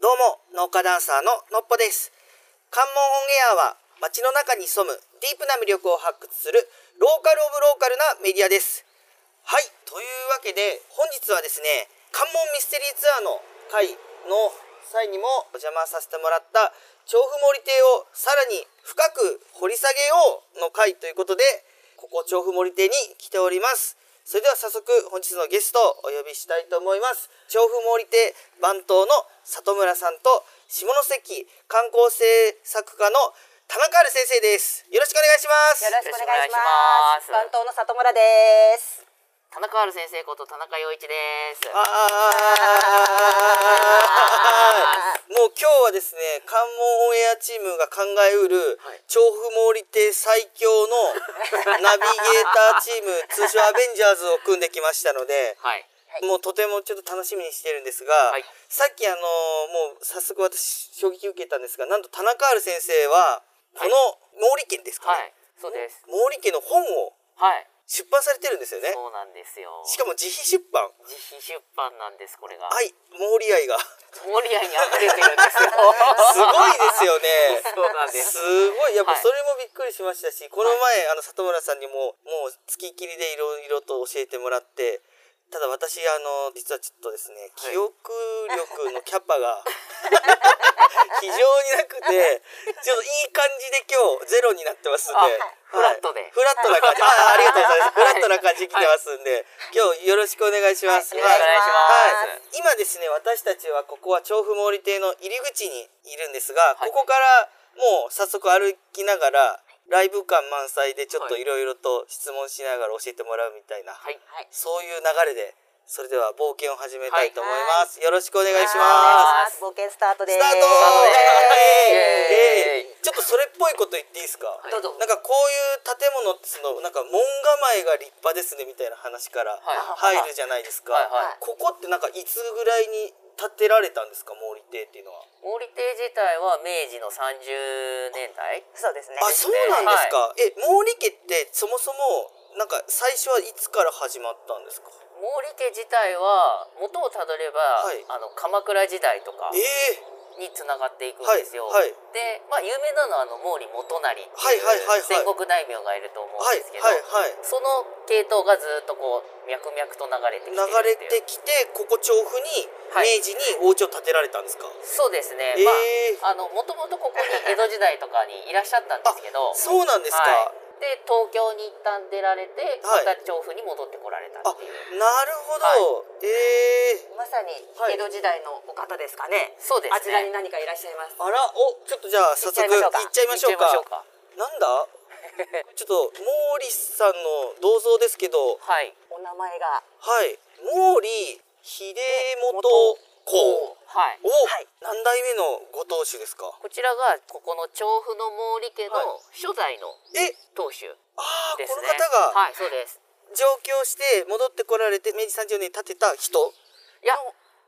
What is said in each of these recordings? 農家ダンサーののっぽです関門オンエアは街の中に潜むディープな魅力を発掘するローカルオブローカルなメディアですはいというわけで本日はですね関門ミステリーツアーの会の際にもお邪魔させてもらった調布森邸をさらに深く掘り下げようの会ということでここ調布森邸に来ておりますそれでは早速本日のゲストをお呼びしたいと思います調布森邸番頭の里村さんと下関観光政策課の田中ある先生ですよろしくお願いしますよろしくお願いします。よろしくお願いしま番頭の里す村です。田中ある先生こと田中陽一です。あーもう今日はですね関門オンエアチームが考えうるはい調布森亭最強のナビゲーターチ ーム通称アベンジャーズを組んできましたのではい。もうとてもちょっと楽しみにしてるんですが、いさっきあのーもう早速私衝撃を受けたんですがなんと田中ある先生はこの毛利家ですかはいね、。そうです。毛利家の本をはい。出版されてるんですよねそうなんですよ。しかも自費出版自費出版なんです、これが。愛毛利愛がモリアに溢れてるん ですよ。すごいですよねそうなん ですす。ごいやっぱはいそれもびっくりしましたし、この前あの里村さんにももう月きりでいろいろと教えてもらってただ私あの実はちょっとですねはい記憶力のキャパが非常になくてちょっといい感じで今日ゼロになってますんで、あはいフラットでフラットな感じあありがとうございますフラットな感じで来てますんで、今日よろしくお願いします、はいお願いしはい、今まですね私たちはここは調布毛利邸の入り口にいるんですが、はいここからもう早速歩きながらライブ感満載でちょっといろいろと質問しながら教えてもらうみたいな、はい。はい。そういう流れでそれでは冒険を始めたいと思います、よろしくお願いしますは。冒険スタートスです。タートイイエーイエーイちょっとそれっぽいこと言っていいですか、いどうぞなんかこういう建物っつうのなんか門構えが立派ですねみたいな話からはい入るじゃないですか、はいはいここってなんかいつぐらいに建てられたんですか毛利邸っていうのは、モリテ自体は明治の30年代そうですね。あそうなんですか、え毛利家ってそもそもなんか最初はいつから始まったんですか毛利家自体は元をたどれば、はいあの鎌倉時代とかええにつながっていくんですよ、はいはいで、まあ、有名なのはあの毛利元就っていうはいはいはいはい戦国大名がいると思うんはいですけど、はいはいその系統がずっとこう脈々と流れてきて流るれってていうきてここ調布には明い治にお家を建てられたんですか、そうですね、えーまああのもともとここに 江戸時代とかにいらっしゃったんですけどそうなんですか、はい、で東京に一旦出られてまはいた調布に戻ってこられたあっていう、なるほど、ええまさにはい江戸時代のお方ですかね。そうですねあちらに何かいらっしゃいます。あらおちょっとじゃあ早速行行っっちゃいましょうか行っちゃいましょうかなん だちょっと毛利さんの銅像ですけどはいお名前がはい毛利秀元公はいお、はい何代目のご当主ですかこちらがここの調布の毛利家のは初代のえ当主ああ、でこすのね。方がはい、そうです。上京して戻ってこられて明治30年に建てた人いや、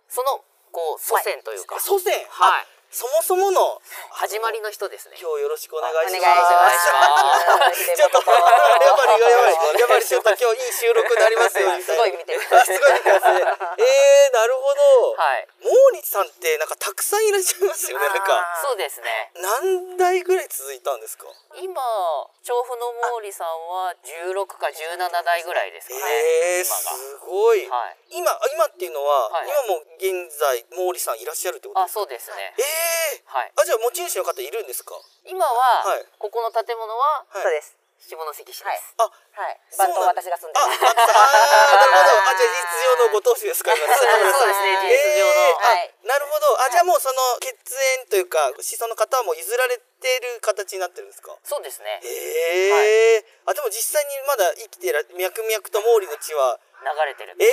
そのこう祖先というか、あ祖先はあい、そもそもの始まりの人ですね。今日よろしくお願いしますお願いし ます。まちょっと、やっぱ り、やばい、やっぱり、ちょっと今日いい収録になりますように。 すごい見てますあ すごい見てますね。えー、なるほど。はい、毛利さんって、なんかたくさんいらっしゃいますよね、なんか。あーそうですね。何代ぐらい続いたんですか。今調布の毛利さんは16か17代ぐらいですかね。えー、今がすごい。はい。今、今っていうのは、はい今も現在、毛利さんいらっしゃるってことあ、ですか。そうですね。えー。はい。あ、じゃあ持ち主の方いるんですか。今は、はいここの建物ははいそうです。下関市です。はいあ、はい。そう番なん頭私が住んであ、あ、あーなます。るほど。あ、じゃあ実情のご当主ですか。今 そうですね。はい事実上の、はえーいあなるほどあじゃあもうその血縁というか子孫の方はもう譲られてる形になってるんですかそうですね。流ええあでも実際にまだ生きてら脈々と毛利の血はれてる。え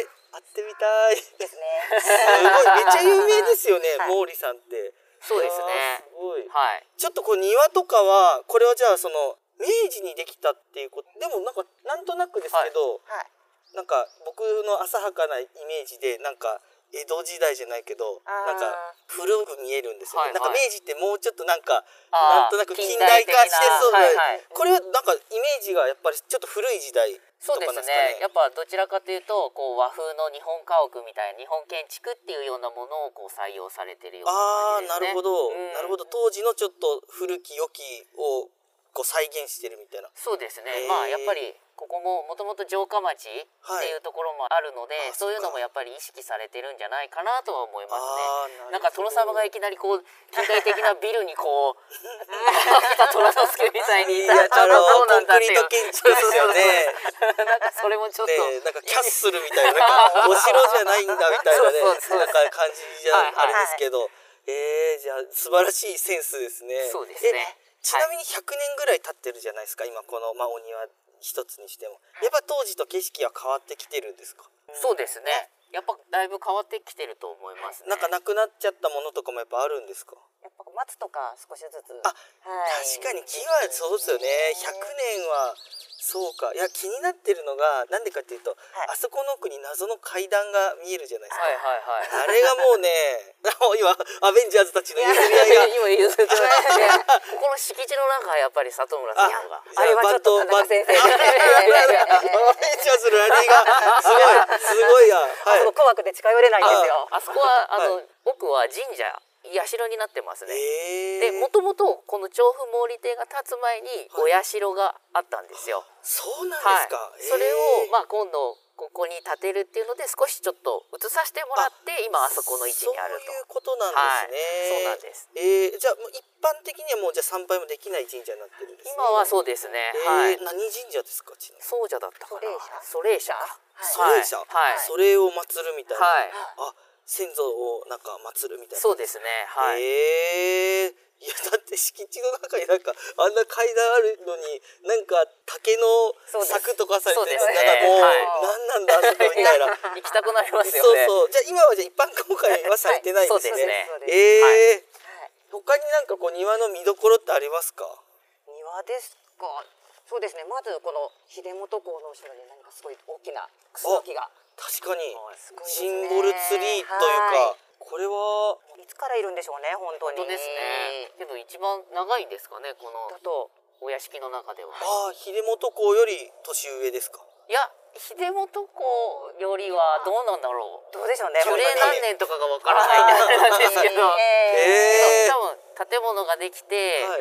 え会ってみたいすですね。 ごいめっちゃ有名ですよね、はい毛利さんってそうですあーねす。ごいはい。ちょっとこう庭とかはこれはじゃあその明治にできたっていうことでもなんかなんとなくですけど、はい。なんか僕の浅はかなイメージでなんか江戸時代じゃないけどあーなんか古く見えるんですよね、はいはいなんか明治ってもうちょっとなんかなあーんとなく近代化してそうで、近代的なはいはいこれはなんかイメージがやっぱりちょっと古い時代そうとですこなんですかねねやっぱどちらかというとこう和風の日本家屋みたいな日本建築っていうようなものをこう採用されてるようああ、なな感じですねるほど、うんなるほど当時のちょっと古き良きをこう再現してるみたいなそうですね、へーまあやっぱりここももともと城下町っていうところもあるので、はいあそういうのそっもかやっぱり意識されてるんじゃないかなとは思いますあーね。なるほどなんか殿様がいきなりこう近代的なビルにこう 北虎之助みたいいにいやあたのどうなんコンだクっリーていうト建築ですよね。なんかそれもちょっと、でなんかキャッスルみたいななんかお城じゃないんだみたいなね そうそうそうなんか感じじゃはいあはいれですけど、えー、じゃあ素晴らしいセンスですねそうですねえちなみに100年ぐらい経ってるじゃないですか今この、まあ、お庭一つにしてもやっぱ当時と景色は変わってきてるんですかそうですね。やっぱだいぶ変わってきてると思いますね。なんかなくなっちゃったものとかもやっぱあるんですかやっぱ松とか少しずつ。あはい確かに木はそうですよね100年はそうかいや気になってるのがなんでかっていうと、いあそこの奥に謎の階段が見えるじゃないですかはいはいはい。あれがもうね、もう今、アベンジャーズたちの譲り合いが、 今譲ってますね。ここの敷地の中はやっぱり里村さんが。あれはちょっとバ田中ント先生。バントアベンジャーズのラリーが、すごい、すごいや。はあそこ怖くて近寄れないんですよ。あそこはあの、奥は神社社になってますい。ね。えでもともとこの調布毛利亭が建つ前にお社があったんですよ。そうなんはいですか。。それをまあ、まあ今度ここに建てるっていうので少しちょっと移させてもらって今あそこの位置にあるそういうと。ことなんですね。はいえー、そうなんです。じゃあもう一般的にはもうじゃあ参拝もできない神社になってるんですね。今はそうですね。はえいー、。何神社ですかちなみに。僧者だったかな。ソソレーシャ。それじゃ、はい。それを祀るみたいな。はい。あ、先祖をなんか祀るみたいな。そうですね。はい。ええいやだって敷地の中になんかあんな階段あるのになんか竹のそうです柵とかされてそうるですなんかもう、何なんねはいだあそこみたいな行きたくなりますよそうね。そうじゃあ今はじゃあ一般公開はされてないんですそうね,、ですねそうですええはい他になんかこう庭の見どころってありますか庭ですか。そうですね。まずこの秀元校の後ろに何かすごい大きなクスノキが。確かにすごいですシねンボルツリーというか、はこれはいつからいるんでしょうね。本当に。本当ですね。けど一番長いんですかね、このだとお屋敷の中では。ああ秀元公より年上ですかいや、秀元公よりはどうなんだろう。どうでしょうね。そ樹齢れ何年とかがわから ないんであれなんですけど。 えー多分建物ができて、はい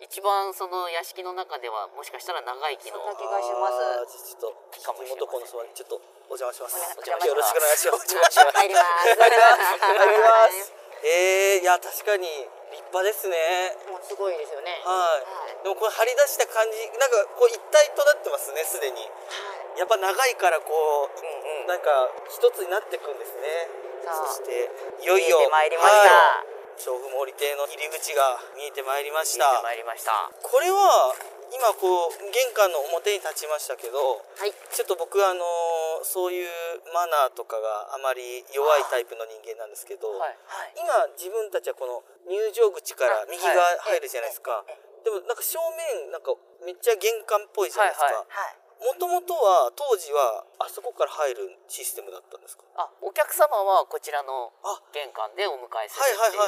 一番その屋敷の中ではもしかしたら長生きのそんな気がしますあーじゃあちょっとかもしれませ元ん子のそばにちょっとお邪魔します。お邪魔よろしくお願いします。入ります。入ります。えー、いや確かに立派ですね。もうすごいですよね。はい。でもこれ張り出した感じなんかこう一体となってますねすでに。やっぱ長いからこううんうん。なんか一つになっていくんですね。さあそしていよいよ見えてまいりましはいた。調布森邸の入り口が見えてまいりまし見えた。てまいりました。はこれは今こう玄関の表に立ちましたけど。い。ちょっと僕あのそういうマナーとかがあまり弱いタイプの人間なんですけど、はい。今自分たちはこの入場口から右が入るじゃないですか、でもなんか正面なんかめっちゃ玄関っぽいじゃないですはいはかはい。もともとは当時はあそこから入るシステムだったんですかあ、お客様はこちらのあ玄関でお迎えするはい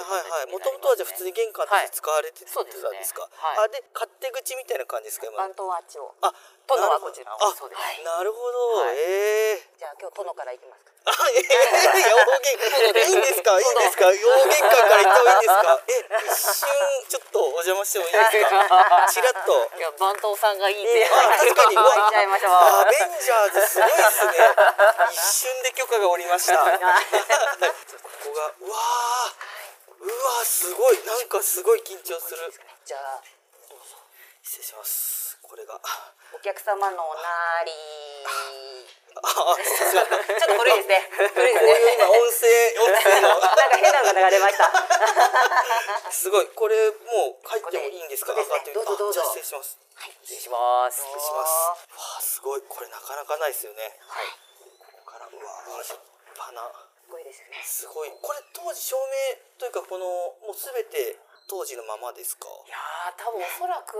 はいはいはいはいもともとはじゃあ普通にに玄関として使われてたそんうでですすか、ねあはで勝手口みたいな感じですか今のバントワーチを。あ殿なるはほどこちらあそうですなるほど、はいええじゃあ今日殿から行きますか。あ、ええいや、大げん、いいんですか、いいんですか、大玄関から行ってもいいんですか。え、一瞬、ちょっとお邪魔してもいいです か。ちらっと。いや番頭さんがいいっていいですねあ、確かに、行っちゃいましょうアベンジャーズ、すごいですね。一瞬で許可が下りました。ここが、うわあ。うわあ、すごい、なんかすごい緊張する。じゃあ失礼します。これが。お客様のなり。あ、さすが。こちょっと古いですね。古いでういうすね。今、音声、音声なの。んか変なのが流れました。すごい、これもう、入ってもいいんですか。ここで上がってみどうぞどうぞあじゃあ、失礼します。失礼します失礼します。わあ、すごい、これなかなかないですよね。はい。ここから、うわあ、立派な。すごいですよね。すごい。これ当時照明というか、この、もうすべて当時のままですか。いやー多分おそらく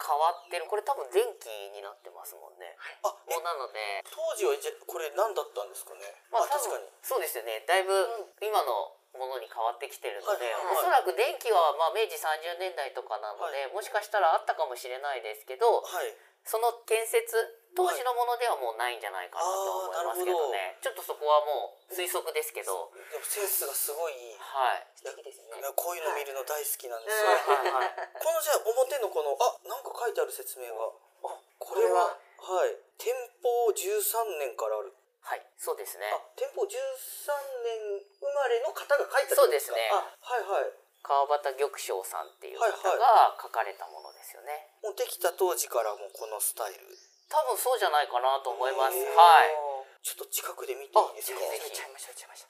変わってるこれ多分電気になってますもんねあ、えもうなので当時は、じゃ、これ何だったんですかね。まあ確か多分に。そうですよねだいぶ今のもものに変わってきてるので、はいおそらく電気はまあ明治30年代とかなので、もしかしたらあったかもしれないですけどはいその建設当時のものではもうないんじゃないかなと思いますけどね、ちょっとそこはもう推測ですけど、でもセンスがすごいいいはい素敵ですいねやこういうの見るの大好きなんですはいよ、はいは いこのじゃあ表のこのあなんか書いてある説明があこれははい天保13年からあるはい、そうですね。あ天保13年生まれの方が書いてあるんですかそうですねあはいはい川端玉章さんっていう方はいが書かれたものですよね。もうできた当時からもうこのスタイル多分そうじゃないかなと思います。へーはい。ちょっと近くで見ていいですかあぜ言っひちゃいました言っちゃいました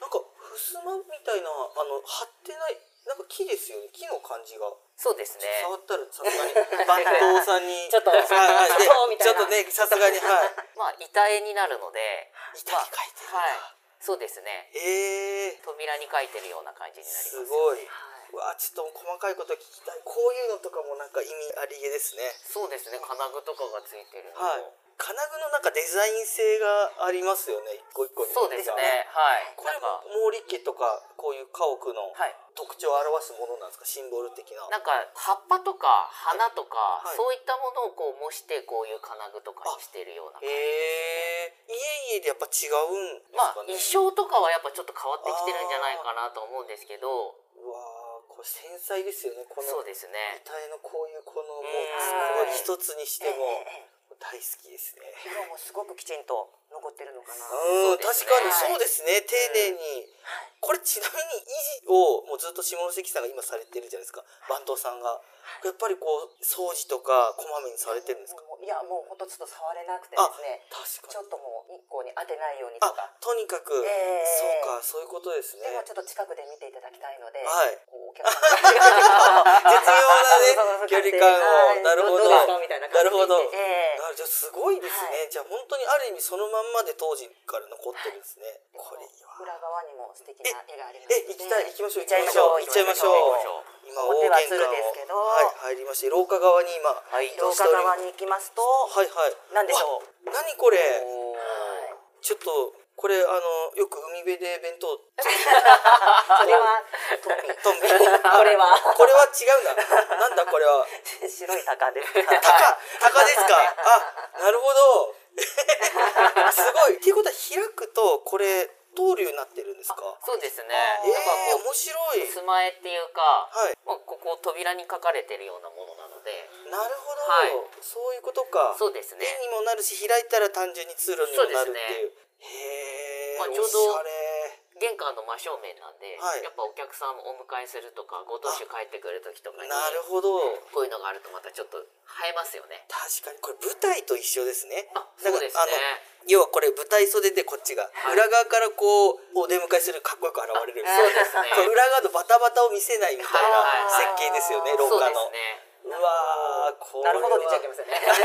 なんか襖みたいなあの貼ってないなんか木ですよね木の感じがそうですね。触ったらさすがに番頭さんにちょっとはいはいでそうみたいなちょっとねさすがにはいまあ板絵になるので、板に描いてるんだはい。そうですね。ええ扉に書いてるような感じになりすます。ごいはうわちょっと細かいこと聞きたいこういうのとかもなんか意味ありげですねそうですね。金具とかがついてるのも。はい金具のなんかデザイン性がありますよね一個一個にそうですね。はい。これなんか、も毛利家とかこういう家屋のはい。特徴を表すものなんですかシンボル的ななんか葉っぱとか花とか、はいそういったものをこう模してこういう金具とかにしてるようなへえ家々でやっぱ違うんですまあかね、衣装とかはやっぱちょっと変わってきてるんじゃないかなと思うんですけどうわーこれ繊細ですよねこそのうですね歌のこういうこのもううんすごい一つにしていもええええ大好きですね色もすごくきちんと残ってるのかなうん、そうで確すねかにそうですね、丁寧に、これちなみに維持をもうずっと下関さんが今されてるじゃないですか番頭さんがやっぱりこう掃除とかこまめにされてるんですかもういやもうほんとちょっと触れなくてですね確ちかにょっともう日光に当てないようにとあかとにかく、ええそうかそういうことですねでもちょっと近くで見ていただきたいので、はいこうお客さんが 絶妙なね距離感をはいなるほどうですかみたいな感じでなるほどええあじゃあすごいですね、はじゃあ本当にある意味そのまんまで当時から残ってるんですね、これいいわ裏側にも素敵な絵がありますえ行きたい行きましょう行きましょう行行っっちちゃゃいいままししょょうう今表は大鶴玄関をですけどはい入りまして廊下側に今はい移動廊して下おり側に行きますと、はいはい何でしょうう何これおーはいちょっとこれあのよく海辺で弁当それはト ンビトンビこれはこれは違うんだなんだこれ は 白い 鷹ですね鷹鷹ですかあなるほど すごいっていうことは開くとこれ通るようになってるんですかそうですねえあー、なんかこう面白い襖絵っていうか、はいまあ、ここ扉に書かれてるようなものなのでなるほど、はいそういうことかそうですね絵にもなるし開いたら単純に通路にもなるっていうへえ、まあちおょうしどゃれ玄関の真正面なんで、はいやっぱお客さんをお迎えするとかご当主帰ってくる時とかになるほどこういうのがあるとまたちょっと映えますよね確かにこれ舞台と一緒ですねあだかそうらですあねの要はこれ舞台袖でこっちが、はい裏側からこうお出迎えするかっこよく現れるみたいなそうですね こう裏側のバタバタを見せないみたいはいな設計ですよね、あー廊そう下でのすねうわーこれなはるほど出ちゃいけませんねいやい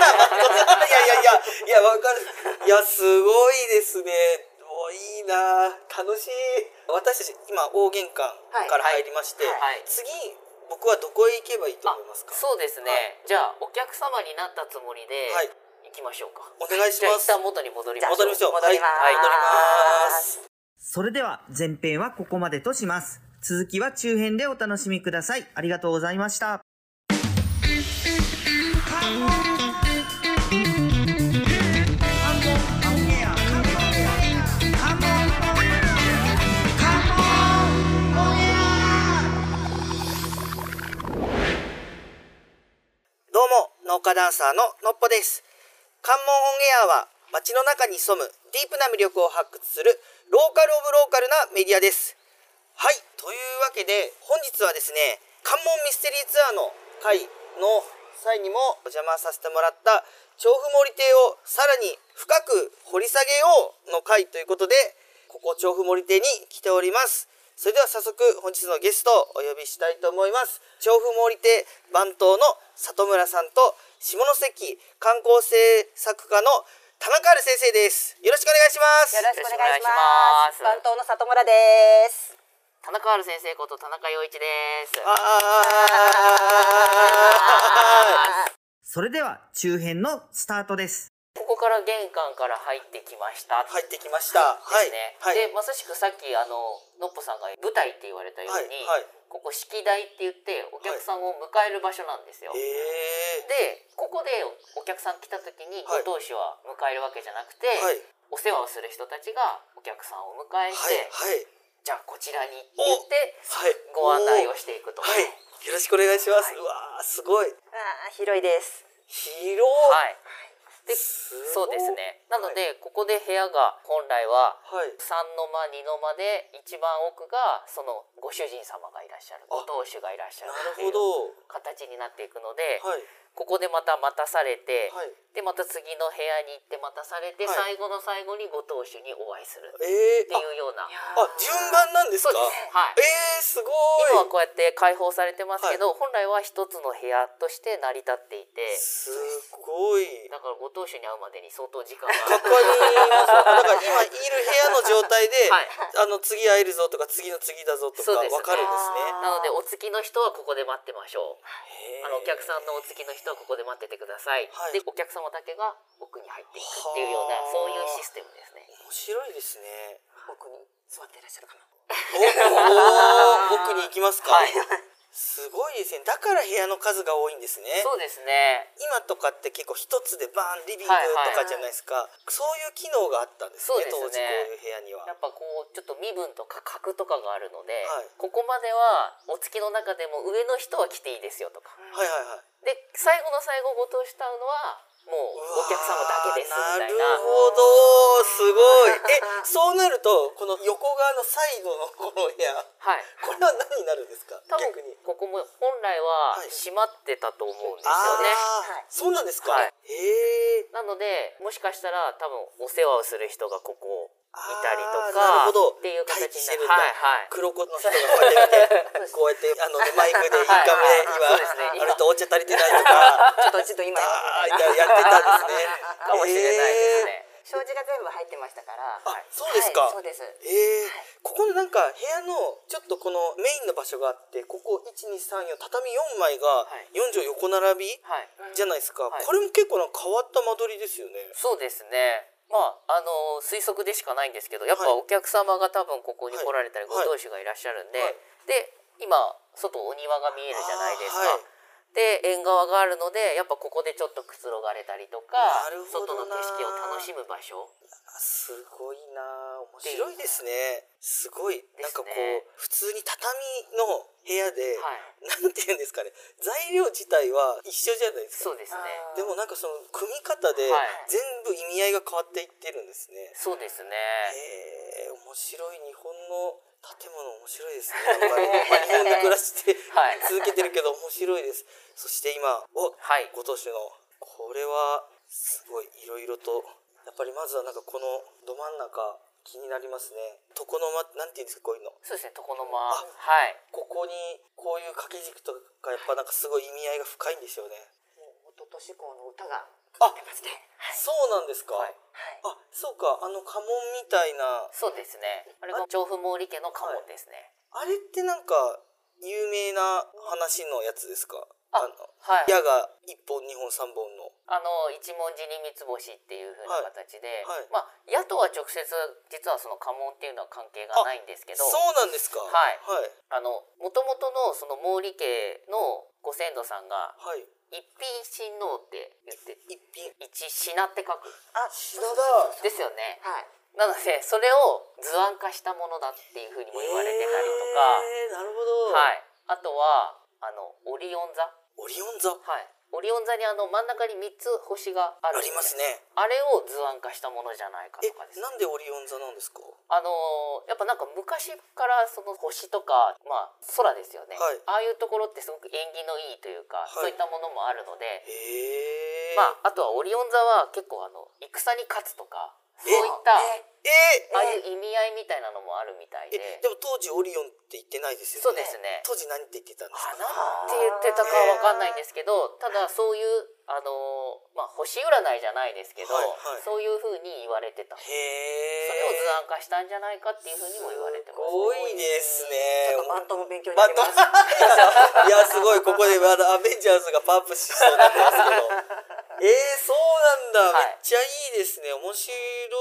やいやいやわかるいやすごいですねもういいな楽しい私たち今大玄関から入りまして、はいはい次僕はどこへ行けばいいとあ思いますかそうですね、じゃあお客様になったつもりで、はい行きましょうかお願いしますじゃあ一旦元に戻りましょう戻りましょう戻りまはい戻すります それでは前編はここまでとします。続きは中編でお楽しみください。ありがとうございました。どうも、農家ダンサーののっぽです。関門オンエアは、街の中に潜むディープな魅力を発掘する、ローカルオブローカルなメディアです。はい、というわけで、本日はですね、関門ミステリーツアーの会の際にもお邪魔させてもらった、調布森邸をさらに深く掘り下げようの会ということで、ここ調布森邸に来ております。それでは早速本日のゲストをお呼びしたいと思います調布森亭番頭の里村さんと下関観光政策課の田中春先生ですよろしくお願いしますよろしくお願いしますよろしく番頭お願いしますの里村です田中春先生こと田中陽一ですあーそれでは中編のスタートです。ここから玄関から入ってきました入ってきました。はいですね。。はい。でまさしくさっきあののっぽさんが舞台って言われたように、はいはいここ式台って言ってお客さんを迎える場所なんですよ。ええでここでお客さん来た時にはいご当主は迎えるわけじゃなくて、はい。お世話をする人たちがお客さんを迎はい。えして、はい。じゃあこちらにって言ってはい。ご案内おをーしていくと。はい。よろしくお願いします。はいうわー、すごい。ああ広いです。広い。はいでそそうです。ねなので、ここで部屋が本来ははい。 3の間2の間で一番奥がそのご主人様がいらっしゃるあご当主がいらっしゃるっなてるほいどう。形になっていくので、はい。ここでまた待たされて、はい。でまた次の部屋に行って待たされて、はい最後の最後にご当主にお会いするっええてー。いうようなあ、あ順番なんですそか。うですはいええー、すご。今はいこうやって開放されてますけど、本来は一つの部屋として成り立っていてすごい。だからご当主に会うまでに相当時間こ がこにいます。だから今いる部屋の状態で、はいあの次会えるぞとか次の次だぞとかそうですねわかるんですね。なのでお月の人はここで待ってましょうへーあのお客さんのお付きの人はここで待っててください、はいでお客様だけが奥に入っていくっていうようなはあそういうシステムですね面白いですね。 奥に座っていらっしゃるかな。おおー奥に行きますか。はいすごいですね。だから部屋の数が多いんですね。そうですね今とかって結構一つでバーンリビングとかじゃないですか、そういう機能があったんですねそう当で時こすねういう部屋にはやっぱこうちょっと身分とか格とかがあるので、はいここまではお月の中でも上の人は来ていいですよとかはいはいはいで最後の最後ご当主と会うのはもうお客様だけですみたいなうわーなるほどすご いえそうなるとこの横側の最後のこの部屋はい これは何になるんですか多分逆にここも本来ははい閉まってたと思うんですよね、ああ、はいそうなんですか、はいへえなのでもしかしたら多分お世話をする人がここを見たりとなかるほどっていう形にな待機してるんだ、はいはい黒子の人がこうやって見て こうやってあのマイクでインカムで今はいはいそうですね今あれとお茶足りてないとか ちょっとちょっと今あーや やってたんですね。 かもしれないですね、障子が全部入ってましたから。あそうですかはいそうです。えー。えーここのなんか部屋のちょっとこのメインの場所があってここ1234畳4枚がはい4畳横並びはいじゃないですか、はいこれも結構なんか変わった間取りですよねそうですねまああの推測でしかないんですけどやっぱはいお客様が多分ここに来られたり、はいご当主がいらっしゃるんで、はいで今外お庭が見えるじゃないですあーはいか。で縁側があるのでやっぱここでちょっとくつろがれたりとかなるほ外どのな景色を楽しむ場所あすごいなあ面白いですねすごいすねなんかこう普通に畳の部屋で、はいなんていうんですかね材料自体は一緒じゃないですかそうですねあーでもなんかその組み方ではい全部意味合いが変わっていってるんですね、そうですねえー、面白い日本の建物面白いですね やっぱり、まあ、日本で暮らしてはい続けてるけど面白いですそして今おはいご当主のこれはすごいいろいろとやっぱりまずはなんかこのど真ん中気になりますね床の間なんていうんですかこういうのそうですね床の間はいここにこういう掛け軸とかやっぱなんかすごい意味合いが深いんですよねもう一昨年以降の歌があ出ますね。そうなんですか、はいはい。あそうかあの家紋みたいなそうですねあれが調布毛利家の家紋ですねあれってなんか有名な話のやつですかああのはい矢が1本2本3本のあの一文字に三つ星っていう風な形で、はいはいまあ矢とは直接実はその家紋っていうのは関係がないんですけどそうなんですかはいはいあの元々のその毛利家のご先祖さんがはい一品親王って言って一品一品って書くあ、品だですよねはい。なのでそれを図案化したものだっていう風にも言われてたりとえー、なるほど、か、はい、あとはあのオリオン座オリオン座あはいオリオン座にあの真ん中に三つ星があるんでりますねあれを図案化したものじゃないかとえかですねなんでオリオン座なんですかあのーやっぱなんか昔からその星とか、まあ、空ですよね、はいああいうところってすごく縁起のいいというか、はいそういったものもあるので、へえまあ、あとはオリオン座は結構あの戦に勝つとかそういったえああいう意味合いみたいなのもあるみたいー、で。えでも当時オリオンって言ってないですよねそうですね当時何って言ってたんですあかなんて言ってたかは分かんないんですけどただそういう、あのーまあ、星占いじゃないですけど、はいはいそういうふうに言われてたそへえれを図案化したんじゃないかっていうふうにも言われてますすごいですちねょっとバントも勉強にまなあ、りといます。 や、すごい、ここでまだアベンジャーズがパンプしそうになってますけど。えー、そうなんだ、はいめっちゃいいですね。面白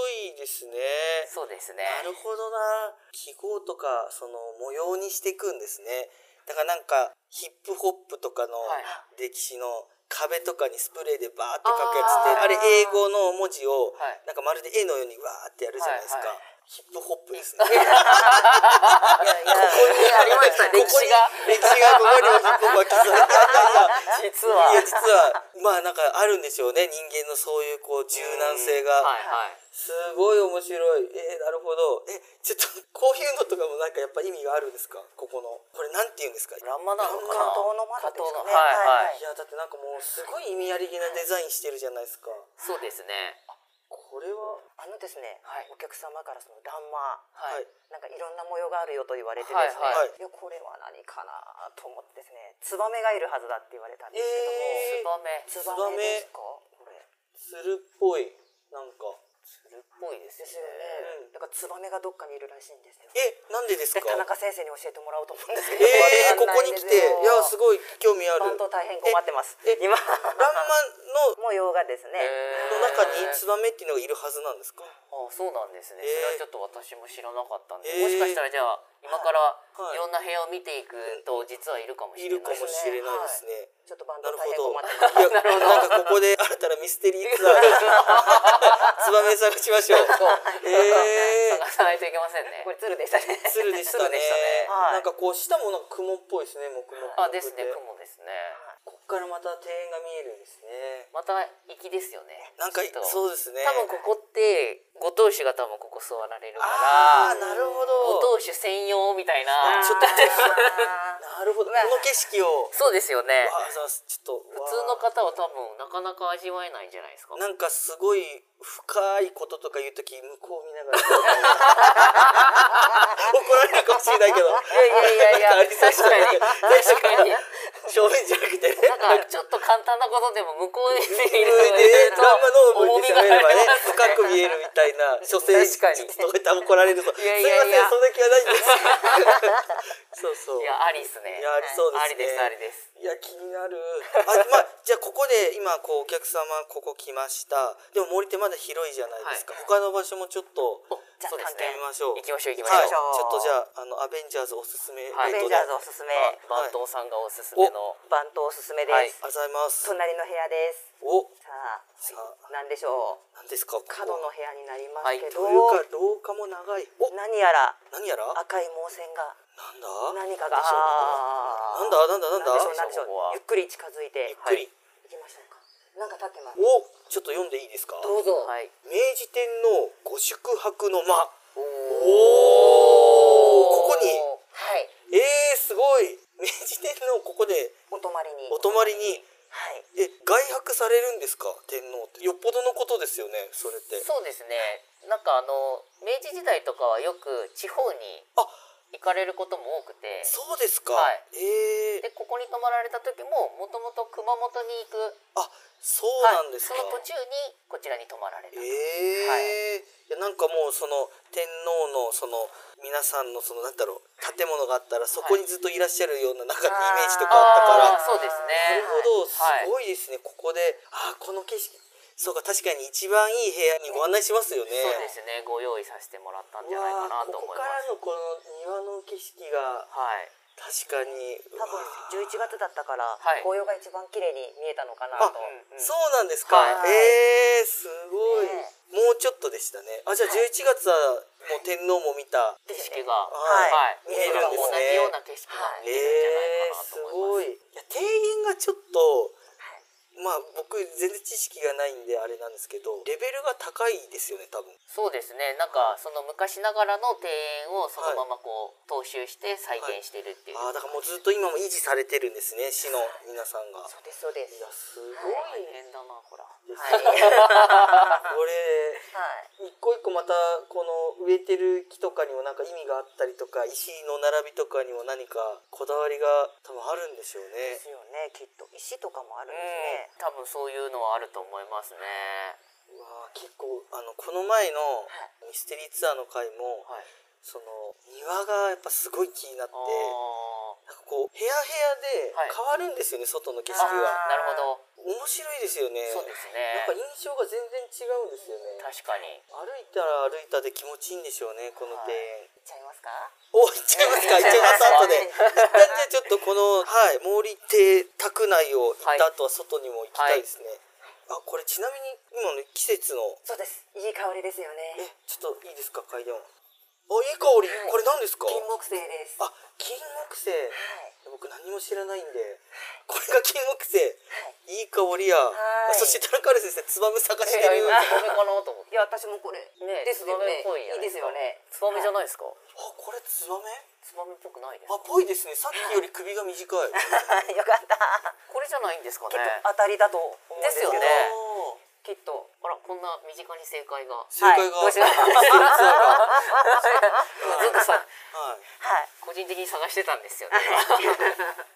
いですね。そうですね。なるほどな。記号とか、その模様にしていくんですね。だからなんか、ヒップホップとかのはい歴史の壁とかにスプレーでバーって書くやつって、ああーれ英語の文字を、はいなんかまるで絵のようにわーってやるじゃないですか。はいはいヒップホップ ですね。いやいやここにありましたここに歴史が歴史がここにヒップホップが刻まれてあったんだ実はいや、実は、まあなんかあるんでしょうね。人間のそういうこう柔軟性が。はいはい。すごい面白い。えー、なるほど。え、ちょっと、こういうのとかもなんかやっぱ意味があるんですかここの。これなんて言うんですかいランマなのか加な。藤の窓ですかね加藤のはいはい。や、だってなんかもうすごい意味ありげなデザインしてるじゃないですか。そうですね。これは、あのですね、はいお客様からその欄間はい。なんかいろんな模様があるよと言われてですね、はいはいやこれは何かなと思ってですねツバメがいるはずだって言われたんですえーけども、ツツバメ。バメですかこれ鶴っぽい。なんか。鶴っぽいですでよすよね。ね、だからツバメがどっかにいるらしいんですよえ、なんでですでか田中先生に教えてもらおうと思うんですけど、えー、こわかこんないにん来ですて、いよや、すごい興味ある。本当大変困ってますええ今ランマ模様がですね、ンのの中にツバメっていうのがいるはずなんですかあそうなんですね、えーそれはちょっと私も知らなかったんで、えーもしかしたらじゃあ今からはいいろんな部屋を見ていくと実はいるかもしいれるなかもいしれないですね。ちょっとバンなるド大変ほ困ど。っいてや、なんかここで新たなミステリーツアーツバメ探しましょう。 えー、探さないといけませんねこれ鶴でしたね鶴でしたね。鶴でしたねはなんいかこう下もなんか雲っぽいですね、もう雲あですねこ雲ですねこっからまた庭園が見えるんですね。また粋ですよねなんかきっとそうですね。多分ここってご当主が多分ここ座られるあかあ、らなるほごど。当主専用みたいあなちょっと あーなるほど。こうわの景色を。そうですよねあ、そうですちょっと普通の方は多分なかなか味わえないんじゃないですかなんかすごい深いこととか言うとき向こう見な がら怒られるかもしれないけどいやいやいやいや確かに確かに正面じゃなくてねなんかちょっと簡単なことでも向こうにい向いてるね、とランマノーブに攻めればね重、深く見えるみたいな、所詮確かにちょっとこうやって怒られると。すいやいやいませやん、そんな気はないんです。そう そう。みいがや、ありですねありそうありでですすね。ありですいや、気になる。あ、まあ、 じゃあここで今、こう、お客様、ここ来ました。でも森ってまだ広いじゃないですか。はい他の場所もちょっと、おじゃあそうです行ってみねましょう。行きましょう行きまはい、しちょうょっとじゃあ、あの、アベンジャーズおすすめレはいアーベトンジで。ャあーズおすすめ番頭さんがおすすめの番頭おすすめではいす、りがとうございます。隣の部屋ですお、さあさあ、何でしょう何ですか、ここ角の部屋になりますけとど、いうか、廊下も長い。お、何やら何やら赤い毛線がなんだ何かがでしょあなんーだなんだなんだ何でしょう何でしょうここはゆっくり近づいてゆっくり、行きましょうかなんか立ってますおちょっと読んでいいですかどうぞ、はい明治天皇ご宿泊の間おおおここにはいえー、すごい明治天皇ここでお泊まりにお泊まりにはいえ外泊されるんですか天皇ってよっぽどのことですよねそれってそうですねなんかあの明治時代とかはよく地方にあ行かれることも多くてそうですか、はえー、でここに泊まられた時ももともと熊本に行くあそうなんですか、はいその途中にこちらに泊まられたえーいはいやなんかもうその天皇のその皆さんのそのなんだろう建物があったらそこにずっといらっしゃるようななんかイメージとかあったからあーそうですなねるほど、すはいごいですね。ここで、あーこの景色。そうか、確かに一番いい部屋にご案内しますよね。そうですねご用意させてもらったんじゃないかなと思いますうわーここからのこの庭の景色が、はい確かに。う多分わー11月だったから、はい紅葉が一番綺麗に見えたのかなあと、うんそうなんですか。はいえー、すごい、ねもうちょっとでしたね。あ、じゃあ11月はもう天皇も見た。景色はが、いはい、見えるんですね同じような景色が見えー、えるんじゃないすごい。いや、庭園がかなと思います。ちょっと、はいまあ僕全然知識がないんであれなんですけど、レベルが高いですよね、多分。そうですね。なんかその昔ながらの庭園をそのままこう踏襲して再現してるっていう。ああだからもうずっと今も維持されてるんですね市の皆さんがそうですそうですいやすごい大変だなほら。 はい、これはい一個一個またこの植えてる木とかにもなんか意味があったりとか石の並びとかにも何かこだわりが多分あるんでしょうねですよねきっと石とかもあるんうでん、多分そういうのはあると思いますね。うわー結構あのこの前のはミステリーツアーの回もはい。その庭がやっぱすごい気になってあーなんかこう部屋部屋ではい変わるんですよね、外の景色あーがなるほど。面白いですよねそうですなんかね印象が全然違うんですよね確かに歩いたら歩いたで気持ちいいんでしょうねこの庭園、っちゃいますかお行っちゃいますか行っちゃいます後で はい一旦じゃあちょ っとこの、はい、毛利庭宅内を行った後は外にも行きたいですね、あこれちなみに今の季節のそうですいい香りですよえねちょっといいですか嗅いでもあいい香り、はいこれ何ですか金木犀ですあ金木犀はい僕何も知らないんでこれが金木犀いい香りや、はいそして田中先生ツバメ探していやる今あつぼみかなと思っていや私もこれねですよねつばめっぽいやいいですよねつばめじゃはいないですか、これツバメつばめっぽくないですあぽいですねさっきより首が短いあ よかったこれじゃないんですかきっねと当たりだと思うんですけどですよねーきっとほらこんな身近に正解が正解が、はいどうしよう全然違うかずっとさはい、はい個人的に探してたんですよね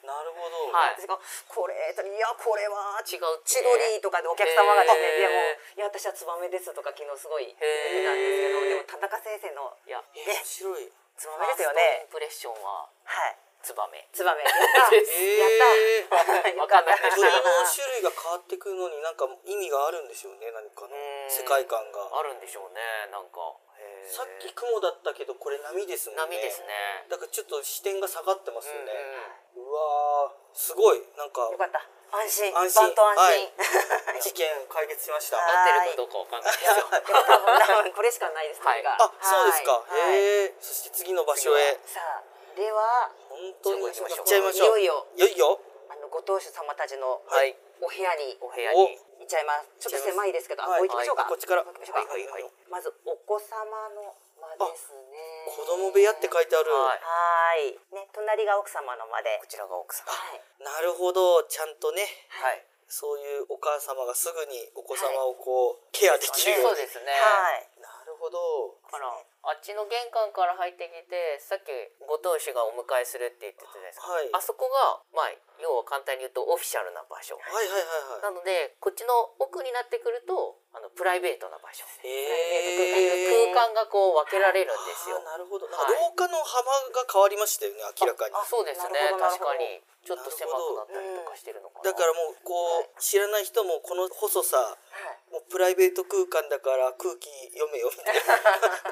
なるほど、はい私がこれといやこれは違うって千鳥とかでお客様がですねへーいやもういや私はツバメですとか昨日すごい言ってたんですけどへーでも田中先生のいやえ面白いツバメですよねファーストインプレッションははいツバメツバメやっえー、たやっ たわかんない鳥の種類が変わってくるのになんか意味があるんでしょうね何かのうん世界観があるんでしょうねなんかさっき雲だったけどこれ波ですもん波ねですねだからちょっと視点が下がってますよね、ううわーすごいなんかよかった安心安バ心ンと安心、 事件解決しましたはあいん合ってるかどうかわかんないですよでも多分多分これしかないですはいこれがそうですか、はいはいへえそして次の場所へさあでは本当に行行っちっちゃゃいいままししょょうういよいよいよいよあのご当主様たちのはいお部屋にお部屋おに行っちゃいますちょっと狭いですけど、はいあこう行きましょうか、はいこっちからこう行きましょうかはいはいはいまずお子様の間ですね子供部屋って書いてある、はいはいね隣が奥様の間でこちらが奥さんははいなるほどちゃんとねいそういうお母様がすぐにお子様をこう、ケアできるよそううに、ですねはいなるほどあらあっちの玄関から入ってきてさっきご当主がお迎えするって言ってたじゃないですか、はいあそこがまあ要は簡単に言うとオフィシャルな場所はいはいはいはいなのでこっちの奥になってくるとあのプライベートな場所へえ空間がこう分けられるんですよあーなるほど、はい廊下の幅が変わりましたよね明らかにあそうですなねるほどなる確ほどかにちょっと狭くなったりとかしてるのかなだからもうこう知らない人もこの細さはいもうプライベート空間だから空気読めよみたいな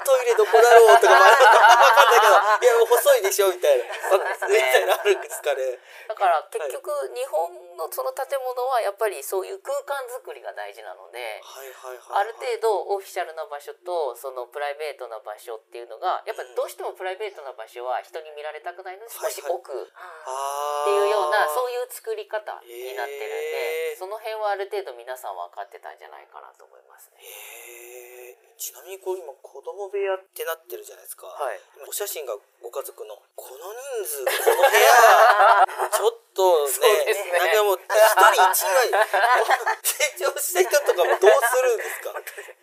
トイレどこだろうとかもあるのか分かんない けどいやもう細いでしょみたいなそうみですねたいなのあるんですかねだから結局日本のその建物はやっぱりそういう空間作りが大事なのではいはいはい、ある程度オフィシャルな場所とそのプライベートな場所っていうのがやっぱりどうしてもプライベートな場所は人に見られたくないので少しはいはい奥ってああいうようなそういういう作り方になってへるんでーその辺はある程度皆さん分かってたんじゃないかなと思いますね。ちなみにこう今子供部屋ってなってるじゃないですか、はいお写真がご家族のこの人数 この部屋ちょっとそうねですねなんかもう一人一枚もう成長した人とかもどうするんですか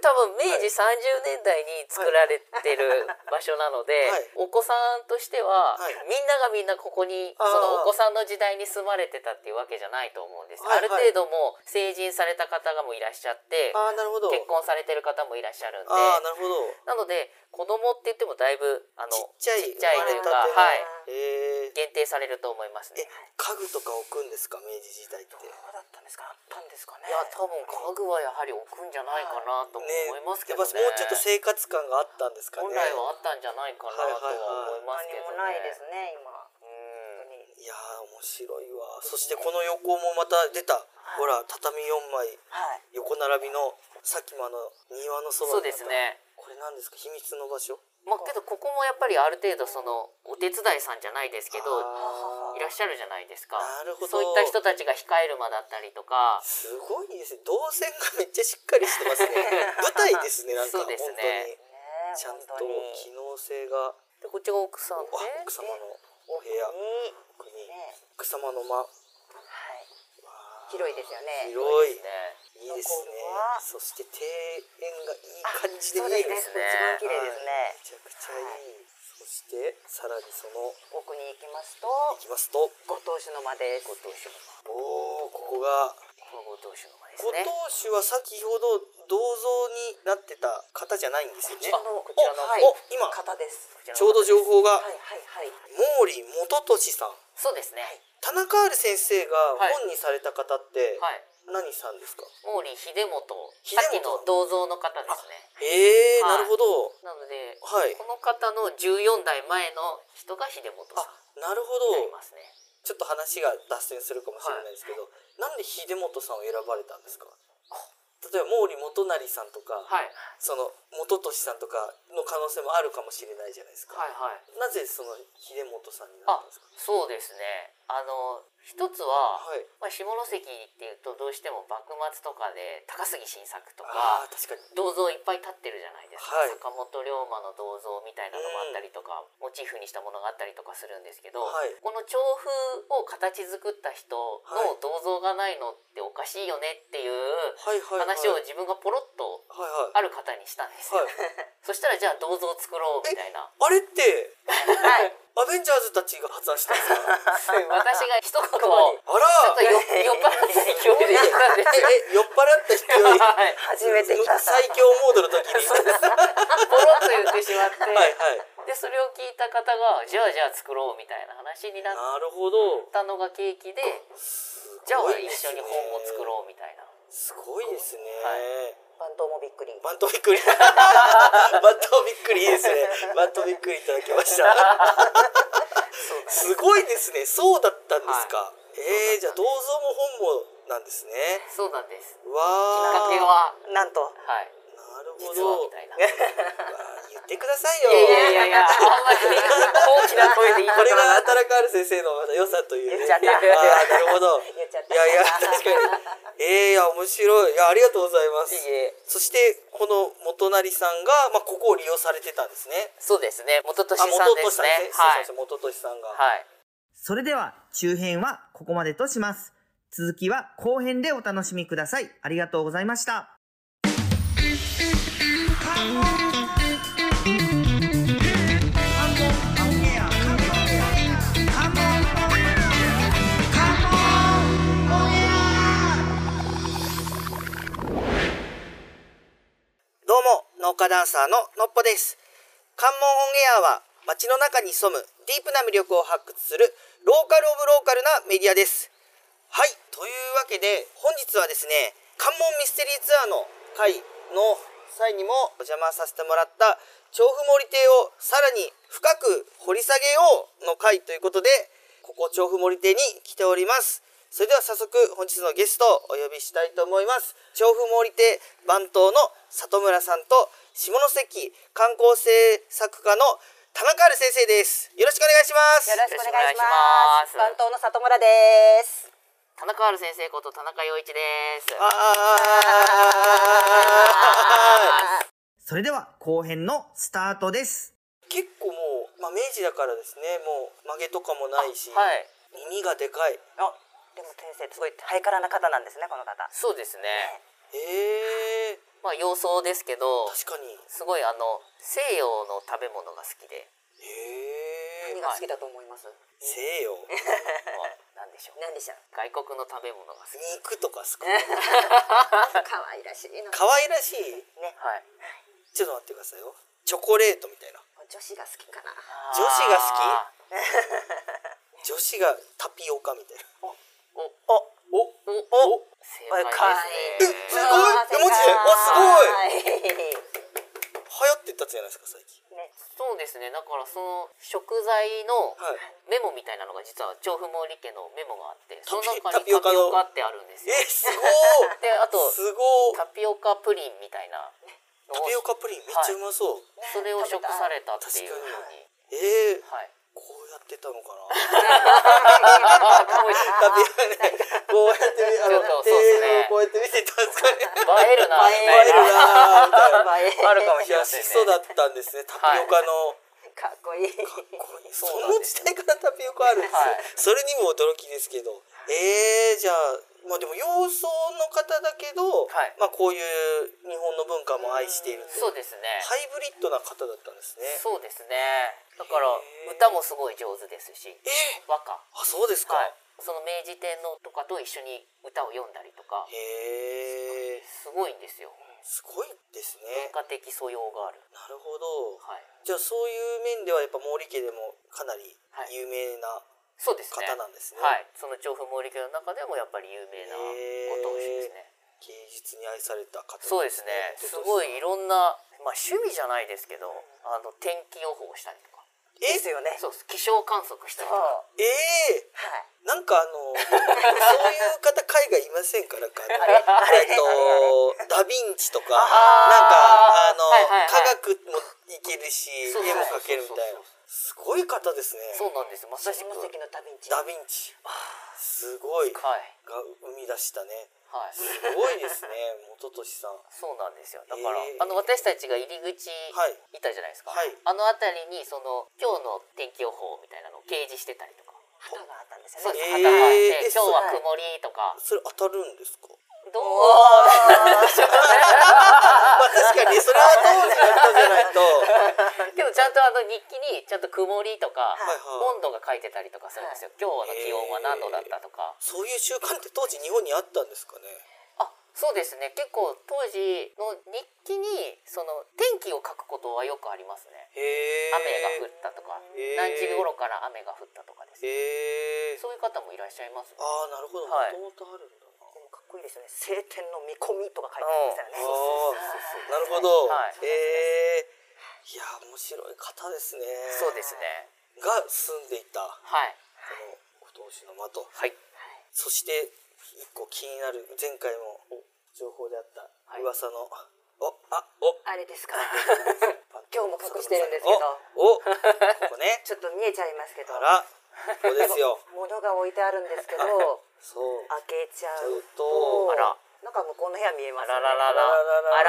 多分明治30年代に作られてる場所なの で、お子さんとしては、はいみんながみんなここにあーそのお子さんの時代に住まれてたっていうわけじゃないと思うんです、はいはいある程度もう成人された方がもういらっしゃって ああなるほど結婚されてる方もいらっしゃるんでああなるほどなので子供って言ってもだいぶあのちっちゃいというか、生まれたてのはい、えー、限定されると思いますねえ。家具とか置くんですか明治時代ってどうだったんですかあったんですかねいや多分家具はやはり置くんじゃないかなとも思いますけどね。やっぱもうちょっと生活感があったんですかね本来はあったんじゃないかなとは思います何けどもなね。いですね今本当うんにいやー面白いわそしてこの横もまた出た、ほら畳4枚はい横並びのさっきもあの庭のそばそうにあっでたすね。これなんですか秘密の場所まあけどここもやっぱりある程度そのお手伝いさんじゃないですけどあーいらっしゃるじゃないですか。なるほどそういった人たちが控える間だったりとか。すごいですね動線がめっちゃしっかりしてます ね舞台ですねなんかそうです本当にねねちゃんと本当に機能性がでこっちが奥さんあで、奥様のお部屋奥にね奥様の間はい広いですよね広いね、いいですね残るはそして庭園がいい感じでそう見えでするねですね一番綺麗ですねめちゃくちゃいい、そしてさらにその奥に行きますといきますとご当主の間ですご当主のおおここがこのご当主の間でごすね当。主は先ほど銅像になってた方じゃないんですよねあここちらのはい、お今方ですちらのちょうど情報がはいはいはい毛利元俊さんそうですね。田中ある先生がはい本にされた方ってはい。何さんですか毛利秀元秀元さっきの銅像の方ですねええはいなるほどなので、はいこの方の14代前の人が秀元さんあなるほになりどますねちょっと話が脱線するかもしれないですけど、なんで秀元さんを選ばれたんですか例えば毛利元就さんとか、はいその元俊さんとかの可能性もあるかもしれないじゃないですか、はいはいなぜその秀元さんになあったんですかそうですねあの一つは、はいまあ、下関っていうとどうしても幕末とかで高杉晋作とああーか確かに銅像いっぱい立ってるじゃないですか、はい坂本龍馬の銅像みたいなのもあったりとか、モチーフにしたものがあったりとかするんですけど、はいこの調布を形作った人の銅像がないのっておかしいよねっていうはいはいはい話を自分がポロッとはいはいある方にしたんですよ、はいそしたらじゃあ銅像作ろうみたいあな。れってはいアベンジャーズたちが発案したんですか 私が一言をあらちょっと酔っ酔っ払った勢いで言った んですよ。ええ酔っ払った人より はい、初めて聞いた最強モードの時にポロッと言ってしまって、はいはいでそれを聞いた方がじゃあじゃあ作ろうみたいな話になっなるほどたのが契機で、じゃあ一緒に本を作ろうみたいな。すごいですね、バンドもびっくり。バントびっ くりバントびっくりいいですねバントびっくりいただきましたすごいですねそうだったんですか、えー、じゃあ銅像も本もなんですねそうなんです。うきっかわけーは、なんと。はい、なるほ実はどみたいな。うわー言ってくださいよいやいやい やいや、あんまり大きな声で言いたこれくながかった。田中ある先生のまた良さという、ね、言っちゃったあーなるほど言っちゃっいた。やいや確かにえー、いや面白いいやありがとうございますいえそしてこの元成さんが、まあ、ここを利用されてたんですねそうですね。元俊あさん元で俊すさんね。ですね、はいすいません元俊さんが、はい。それでは中編はここまでとします。続きは後編でお楽しみください。ありがとうございました。どうも農家ダンサーののっぽです関門オンエアは街の中に潜むディープな魅力を発掘するローカルオブローカルなメディアですはいというわけで本日はですね関門ミステリーツアーの会の際にもお邪魔させてもらった調布森邸をさらに深く掘り下げようの会ということでここ調布森邸に来ておりますそれでは早速本日のゲストをお呼びしたいと思います調布森邸番頭の里村さんと下関観光政策課の田中春先生ですよろしくお願いしますよろしくお願いします。よろ番しくお頭の里願いします村です。田中春先生こと田中陽一です。あーそれでは後編のスタートです。結構もう、まあ、明治だからですねもう曲げとかもないし、はい。耳がでかいあ、でも先生すごいハイカラな方なんですねこの方。そうですね。えー、まあ様相ですけど、確かにすごいあの西洋の食べ物が好き で、え何ー、が好きだと思います？西洋まあ、なんでしょう。何でし ょう。外国の食べ物が好き。肉とか好 き可愛らしいの。可愛らしいはい。ちょっと待ってくださいよチョコレートみたいな女子が好きかな。女子が好女子がタピオカみたいなおあおおお正解えですすごいね。えマジであす流ごい。行ってったやつじゃないですか最近ね、そうですね。だからその食材のはいメモみたいなのが実は調布森家のメモがあって、その中タにピオタカピのオカってあるんですえよ。すごーで、あとすごータピオカプリンみたいな。タピオカプリンめっちゃうまそう、それを食されたっていうふうに。えー、はい。こうやってた のかな映タピオカねこうやってあのちょっとテそうですねーブルをこうやって見てたんですかねえるな。映 映えるなーみたいな映えあるかもいしれやませしんね。そだったんですねタピオカの、かっ こいい。そそうなのんで時す代からタピオカあるんですよ、はいそれにも驚きですけどえー、じゃあまあでも洋装の方だけど、はいまあこういう日本の文化も愛しているというそうですね。ハイブリッドな方だったんですねそうですね。だからへー歌もすごい上手ですし、え和歌。はー、あそうですか、い。その明治天皇とかと一緒に歌を読んだりとか、へえー、すごいんですよ。すごいです文ね化的素養がある。なるほどはい。じゃあそういう面ではやっぱ毛利家でもかなりはい有名なそうですね方なんですねはいその調布毛利家の中でもやっぱり有名なご当主ですね芸術に愛された方そうですねすごいいろんな、まあ、趣味じゃないですけどあの天気予報をしたりとかえですよね。そうです気象観測したりとかええはい。ーなんかあ のそういう方海外いませんかなんかあのえっとダヴィンチとかなんかあの、はいはいはい科学もいけるし絵そうそもうそう描けるみたいなすごい方ですねそうなんですまさ私しくもはい席のダヴィンチ。ダヴィンチすごいがは生み出したねいすごいですね元俊さんそうなんですよだから、えーあの私たちが入り口はいいたじゃないですか、はいあの辺りにその今日の天気予報みたいなのを掲示してたりとか旗があったんですそうよでえーね。す旗があえって今日は曇りとかそれ当たるんですか どうまあ確かにそれは当時の人じゃないとでもちゃんとあの日記にちゃんと曇りとかいはい温度が書いてたりとかするんですよ今日の気温は何度だったとかそういう習慣って当時日本にあったんですかねあそうですね結構当時の日記にその天気を書くことはよくありますねへえ雨が降ったとかへー何時頃から雨が降ったとかですねへえそういう方もいらっしゃいますねああなるほどもはいともとあるんだなでもかっこいいですよね。晴天の見込みとか書いてましたよあね。ーなるほどはいへえいや面白い方ですねそうですねが住んでいたこはいのご当主の間とはいそして一個気になる前回も情報であったはい噂の、おあお あれですか。今日も隠してるんですけど、おおここねちょっと見えちゃいますけどあ。らここですよ物が置いてあるんですけど、そう開けちゃうちょっとと。あら。なんか向こうの部屋見えます、ね。らあららら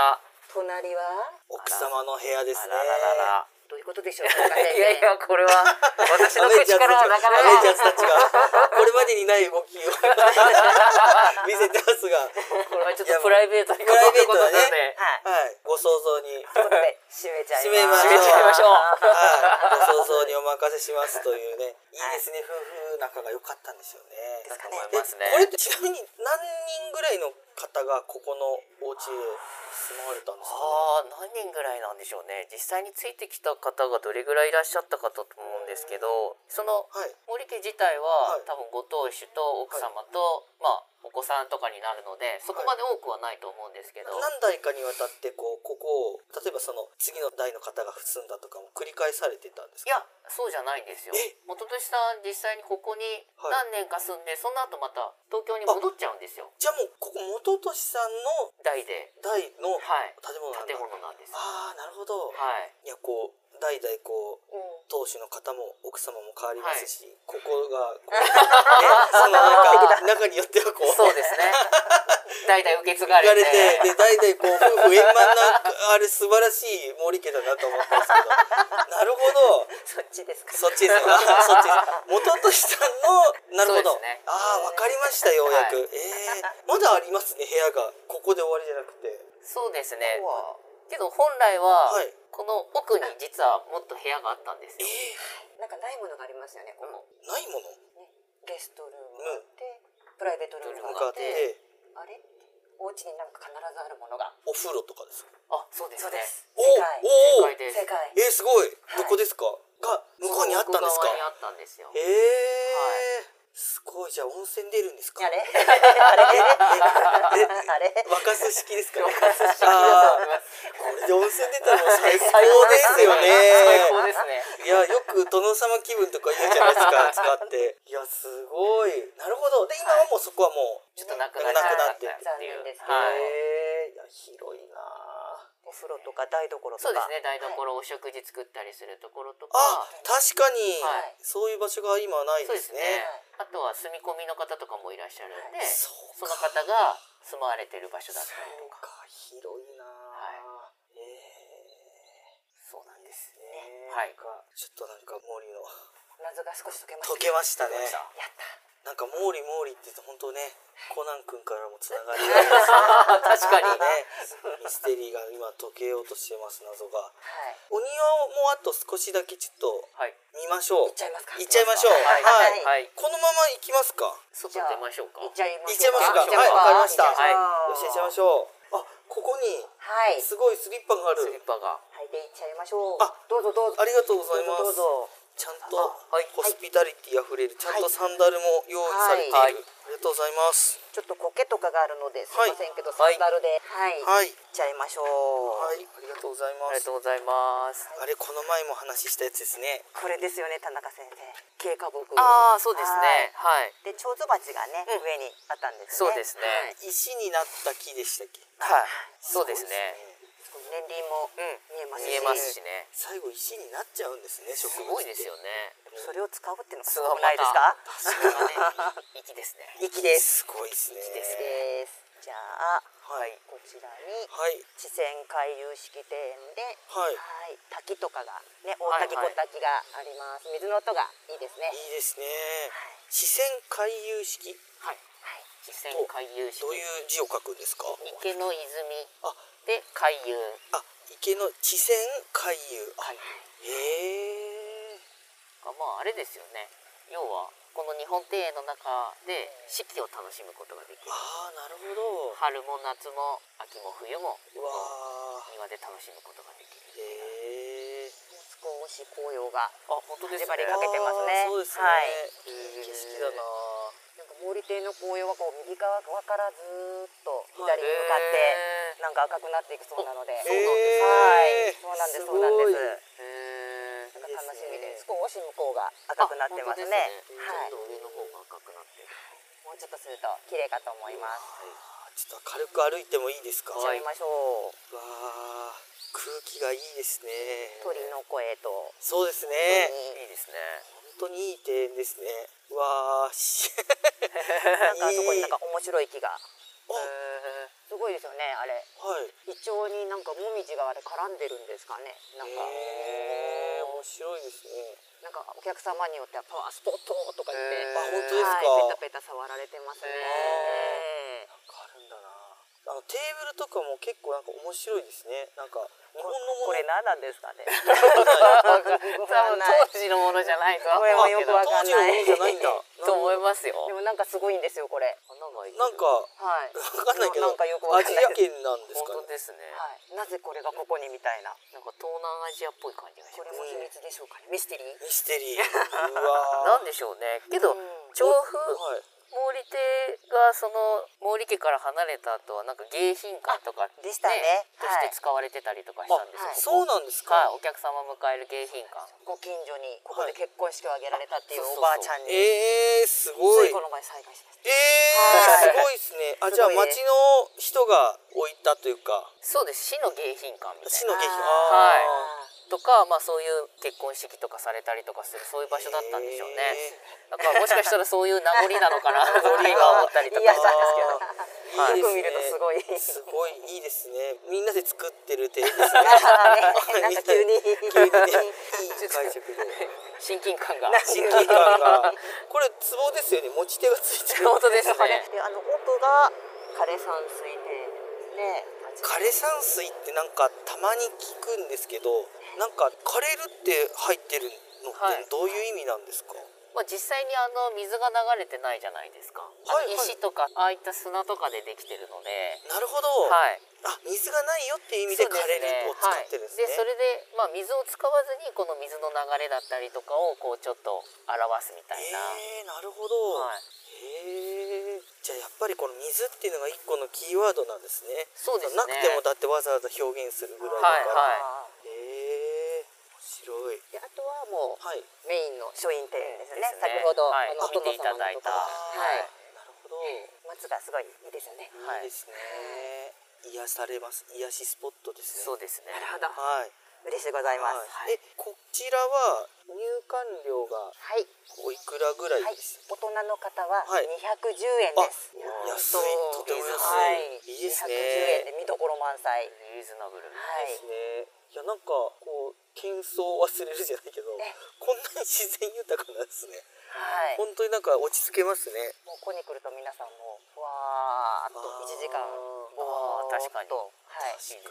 ら隣は。奥様の部屋ですねあららららどういうことでしょう か、ね。いやいやこれは 私の姉ち口ゃんからはなかな姉ちゃんかたちがこれまでにない動きを 見せてますが これはちょっとプライベートに関わることなのではい。はいご想像にということで閉めちゃいます。締めましょう締めちゃいましょうはいご想像にお任せしますというねいいですね夫婦仲が良かったんですよねですか思いね。ますねこれってちなみに何人ぐらいの方がここのお家で住まわれたんですかねああ何人ぐらいなんでしょうね実際についてきた方がどれぐらいいらっしゃったかと思うんですけどそのはい森家自体は、はい多分ご当主と奥様と、まあお子さんとかになるのでそこまで多くはないと思うんですけど、何代かにわたってこうここを例えばその次の代の方が住んだとかも繰り返されてたんですいかやそうじゃないんですよえ元俊さん実際にここにはい何年か住んで、その後また東京に戻っちゃうんですよじゃあもうここ元俊さんの代で代のはい建物なんだ、建物なんですはああなるほど、いい、やこう代々こううん当主の方も奥様も変わりますし、ここがこう、ね、そのなんか中によってはこうそうで すね代々受け継が言れわてれてで代々こう夫婦円満なあれ素晴らしい森家だなと思ったんですけどなるほどそっちですか。そっちですかそっちです元俊さんのなるほど、そうですねああわかりましたようやく、はえーまだありますね部屋がここで終わりじゃなくてそうですねはけど本来は、はいこの奥に実はもっと部屋があったんですえよー、なんかないものがありますよね。このないものねゲストルームがあって、プライベートルーなムんかあがあっって、てあれお家になんか必ずあるものが。お風呂とかですかあそうですそうねです。お世界。おお正解です世界。えー、すごいどこですか、が向こうにあったんですそかの奥側にあったんですよ えーすごいじゃあ温泉出るんですかあれあ れあれ若す式ですかねガス式だと思いますこれで温泉出たらもう最高ですよね 最高ですねいやよく殿様気分とか言うじゃないですか使っていやすごいなるほどで今はもうそこはもうちょっとなくなっちゃったっていう残念ですけどはい、えーいや広いなあお風呂とか台所とか。そうですね台所、お食事作ったりするところとか確かに、はいそういう場所が今はないそうでですすねねあとは住み込みの方とかもいらっしゃるんで、そうその方が住まわれてる場所だったりそうか広いなあ、ええそうなんですーねえはいなんかちょっとなんかモーリーの謎が少し解けました。溶けましたねやった。なんかモーリーモーリーって言うと本当ねコナン君からもつながりが あー確かあにるね ミステリーが今解けようとしてます謎がはい。お庭をもうあと少しだけちょっとはい見ましょう行っちゃいますか。行っちゃいましょうはいはい、はい、はい、このまま行きますか外出ましょうか行っちゃいま行っしちゃいますか行っちゃいますかはいわかりました、はいよし行っちゃいましょうあここにはい。すごいスリッパがあスリッるパがはい、で行っちゃいましょう。あどうぞどうぞ。ありがとうございますどうぞどうぞ。ちゃんとあはいホスピタリティあふれる、ちゃんとサンダルも用意されている、はあいりがとうございますちょっと苔とかがあるのですはいいませんけど、サンダルで、はい、はい行っちゃいましょう。はいありがとうございまありがすとうございます。あれこの前も話したやつですねこれですよね、田中先生。経過木。ああ、そうですね。はい。はい。で、蝶々鉢がね、うん上にあったんですそね。うですね。石になった木でしたっけはい。そうですね。はい。年輪もうん。見えますし、見えますしね。最後石になっちゃうんですね植す物ごっいてですよね。それを使うっていうのがすすごごいくないですか？それがね、粋です ね。粋です。すごいですねですねです。じゃあ、はいこちらにはい地泉回遊式庭園で、はいはい滝とかがね、は大い滝はい小滝があります。水の音がいいですね。いいですね視線回遊式はい。はい。実践回遊式どういう字を書くんですか池の泉あで回遊。あ池の地線回遊あ回遊へえがまああれですよね。要はこの日本庭園の中で四季を楽しむことができる。ああなるほど春も夏も秋も冬もうわー庭で楽しむことができる。へえ少し紅葉があ、本当です始ね。まりかけてますねそうですね、、はいい景色だななんか毛利庭の紅葉はこう右側からずーっとはい左に向かってへなんか赤くなっていくそうなので、そうなんですはい、そうなんですすそうなんごいです。ーへなーんか楽しみでいいですす。ね少し向こうが赤くなってますね。あはい。本当ですねちょっと上の方が赤くなってる。もうちょっとすると綺麗かと思います。あーちょっと軽く歩いてもいいですか、行っちゃいましょう。わあ空気がいいですね鳥の声と。そうですねいいですね。本当にいい庭園ですねうわあしなんかあそこになんか面白い木が。 あへーすごいですよね。あれ。はいイチョウになんかモミジがあれ絡んでるんですかね。なんか。へえ面白いですねなんかお客様によってはパワースポットとか言って。へーあ本当ですかはい、ペタペタ触られてますね。 へなんかあるんだなあのテーブルとかも結構なんか面白いですねなんか日本のものこれ何なんですか ね。多分当時のものじゃないとはこれは思ようくけどわかん当時のもなのい。じゃ ないんだと思いますよ。でもなんかすごいんですよこれ。ななんかはい。わかんないけどなんかよくわかんないアジア圏なんですか本当ねですね。はい。なぜこれがここにみたいな。なんか東南アジアっぽい感じがしこれます。も秘密でしょうかね。ミステリー。ミステ リーうなわんーでしょうね。けどうん調布はい毛利邸がその毛利家から離れた後はなんか迎賓館とかあでしたねとはいして使われてたりとかしたんですあはいよ。そうなんですか、はい、お客様を迎える迎賓館。ご近所にここで結婚式を挙げられたっていうはいおばあちゃんに。えー、すごついいこの前再会しました。えはー、いすごいですね。あ、すじゃあごい町ですの人が置いたというか、そうです。市の迎賓館みた市いのな。劇あーあとか、まあそういう結婚式とかされたりとかするそういう場所だったんでしょうね。だからもしかしたらそういう名残なのか なとか今思ったりとかしたんですけど。ーよく見るとすごい。いいですねすごいいいですね。みんなで作ってる手ですね。 なんか急に。急にね、 いい解釈で。親近感が。親近感が。 これ壺ですよね。持ち手がついてる。本当ですね。であの奥が枯山水庭園ですね。枯山水ってなんかたまに聞くんですけど、なんか枯れるって入ってるのっはいてどういう意味なんですか。まあ、実際にあの水が流れてないじゃないですか、はいはいあの石とかああいった砂とかでできてるので、なるほど。はい、あ、水がないよっていう意味でそう枯ですれねるを使ってるんですね。はい、でそれで、まあ、水を使わずにこの水の流れだったりとかをこうちょっと表すみたいな、えー、なるほど。はい、へえじゃあやっぱりこの水っていうのが一個のキーワードなんですねそうですねなくてもだってわざわざ表現するぐらいだはいから、はへえ面白いであとはもうはいメインの書院庭園ですね。ですね先ほど、はいあの見ていただいたおはいなるほど、殿様のところ松がすごいいいですよね。はいいいですね癒されます癒しスポットですそねうですねなるほど。はい嬉しいございまはす。い、えこちらは入館料がはい。おいくらぐらいはい、大でしたっけ、人の方ははい210円です。あ安いとても安い、い、いですね210円で見どころ満載。リーズナブルはいです。ね。いやなんかこう喧騒を忘れるじゃないけど、えこんなに自然豊かなんですね。はい。本当になんか落ち着けますね。もうここに来ると皆さんもふわーっとあー1時間ぼーっとあー確かにはい。いいですね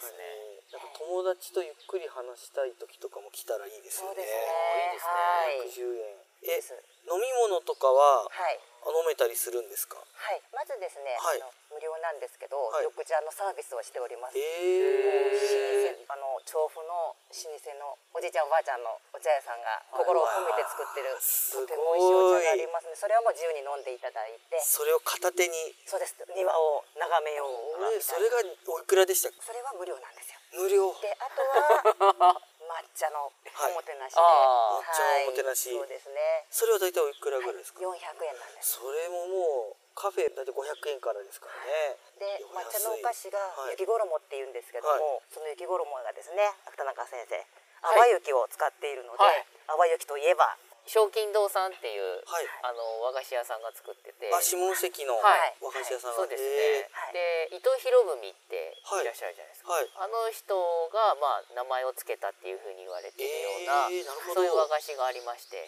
なんか友達とゆっくり話したい時とかも来たらいいですそようね。ですね。いいですはい。 110円。えです飲み物とかははい。飲めたりするんですか。はい、まずですね、はいあの無料なんですけど、はい緑茶のサービスをしております。老舗えー、あの調布の老舗のおじいちゃんおばあちゃんのお茶屋さんが心を込めて作ってるすごいとても美味しいお茶がありますねそれはもう自由に飲んでいただいてそれを片手にそうです庭を眺めよう俺みそたいれながおいくらでしたっけそれは無料なんですよ無料であとは抹茶のおもてなしで、あー抹茶のおもてなしそうですねそれは大体おいくらぐらいですか、 400円なんですそれももうカフェだって500円からですからねでお抹茶安いのお菓子がはい雪衣っていうんですけども、その雪衣がですね芥中先生は淡い雪を使っているので、はい淡雪といえば賞金堂さんっていう、はいあの和菓子屋さんが作っててあ下関のはい和菓子屋さんそが、うですへーはね、いで伊藤博文ってはいいらっしゃるじゃないですか、はいあの人が、まあ、名前を付けたっていうふうに言われてるような,、えーなるほどそういう和菓子がありまして、え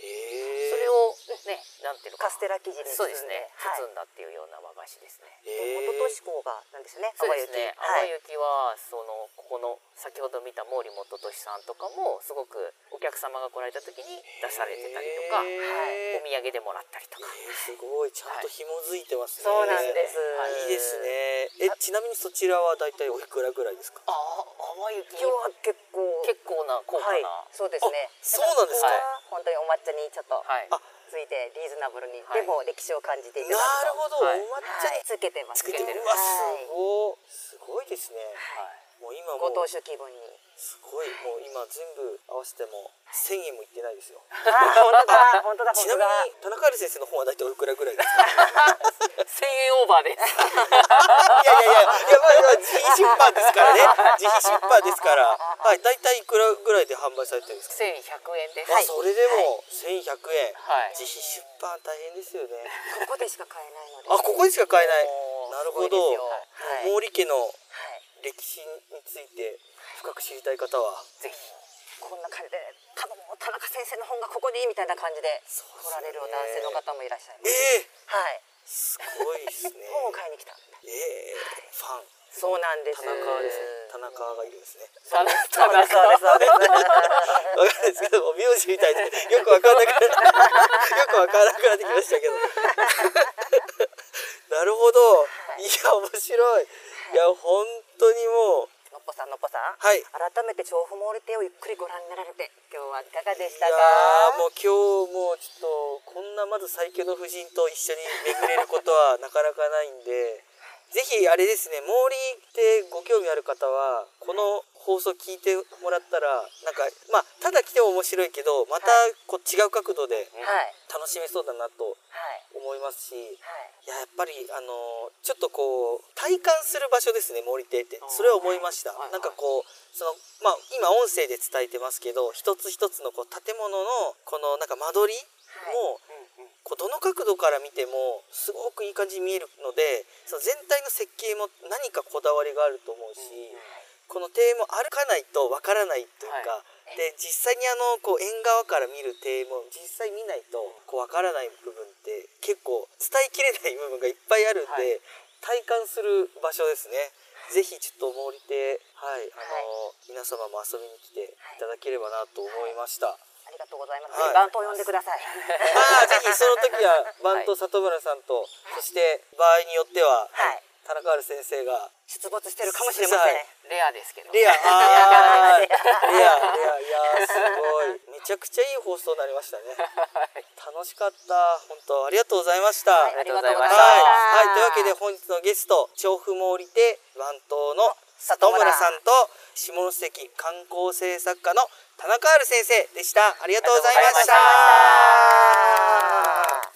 ー、それをねなんていうのカかスなテラ生地に包そうんでですね、はい包んだっていうような和菓子ですね。え元ー年子がなんですねそう淡で雪すね。は淡い、雪はそのここの先ほど見た毛利元俊さんとかもすごくお客様が来られた時に出されてたりとか、へーはいお土産でもらったりとか。えーすごいちゃんと紐づいてますね、そうなんですいいですねえちなみにそちらは大体おいくらぐらいですかああ、淡雪今日は結構結構な高価はいな。そうですねあそうなんですかここは本当にお抹茶にちょっとはい。あついてリーズナブルに、はいでも歴史を感じていたなだるくほとど、はいお抹茶はいにつけてますつけてる、うはわいすごいすごいですね、もう今ごも当う主気分にすごいもう今全部合わせても1000円もいってないですよあー本当だ本当だち本なみに田当だ中ある先生の方は大体おいくらぐらいですか千円オーバーです。いやいやいやいやまあまあ自費出版ですからね自費出版 ですからはい大体いくらぐらいで販売されてるんですか、千百円です。あそれでも1100円、 はい自費出版大変ですよねここでしか買えないのであここでしか買えないおーなるほすごいですよど、は毛い利家のはい歴史について深く知りたい方はぜひ。こんな感じで「頼む田中先生の本がここに」みたいな感じでそうですね来られる男性の方もいらっしゃいまえす、えはいすごいですね本を買いに来たええファンそうなんです田中ですね田中がいるんですね田中そうですそうですそうですわかんないですけども名字みたいでよくわからなくなってよくわからなくなってきましたけど なるほどいや面白いいや本当にもうのっぽさんのっぽさん、はい改めて調布モールテをゆっくりご覧になられて今日はいかがでしいたやかーもう今日もうちょっとこんなまず最強の夫人と一緒に巡れることはなかなかないんでぜひあれですね毛利ってご興味ある方はこの放送聞いてもらったらなんかまあただ来ても面白いけどまたこう違う角度ではいはい楽しめそうだなと思いますしいはいややっぱりあのーちょっとこう体感する場所ですね毛利亭ってそれは思いましたはいはいなんかこうそのまあ今音声で伝えてますけど一つ一つのこう建物のこのなんか間取りもこうどの角度から見てもすごくいい感じに見えるのでその全体の設計も何かこだわりがあると思うし、この庭園も歩かないとわからないというか、で実際にあのこう縁側から見る庭園も実際見ないとこうわからない部分って結構伝えきれない部分がいっぱいあるんはで、体感する場所ですね。ぜひちょっと毛利亭、はい、あの、皆様も遊びに来ていただければなと思いました。ありがとうございます、はい番頭呼んでくださいまあぜひその時 は番頭里村さんと、そして場合によっては、はい田中春先生が出没してるかもしれませんはいレアですけど。レア あーレアレアいやーすごいめちゃくちゃいい放送になりましたね楽しかった本当ありがとうございました、はい、あはいりがとうございはまいしありがとうございましたというわけで本日のゲスト調布毛利亭番頭の里里村村さんと下関観光制作家の田中春先生でしたありがとうございましたありがとうございましあたー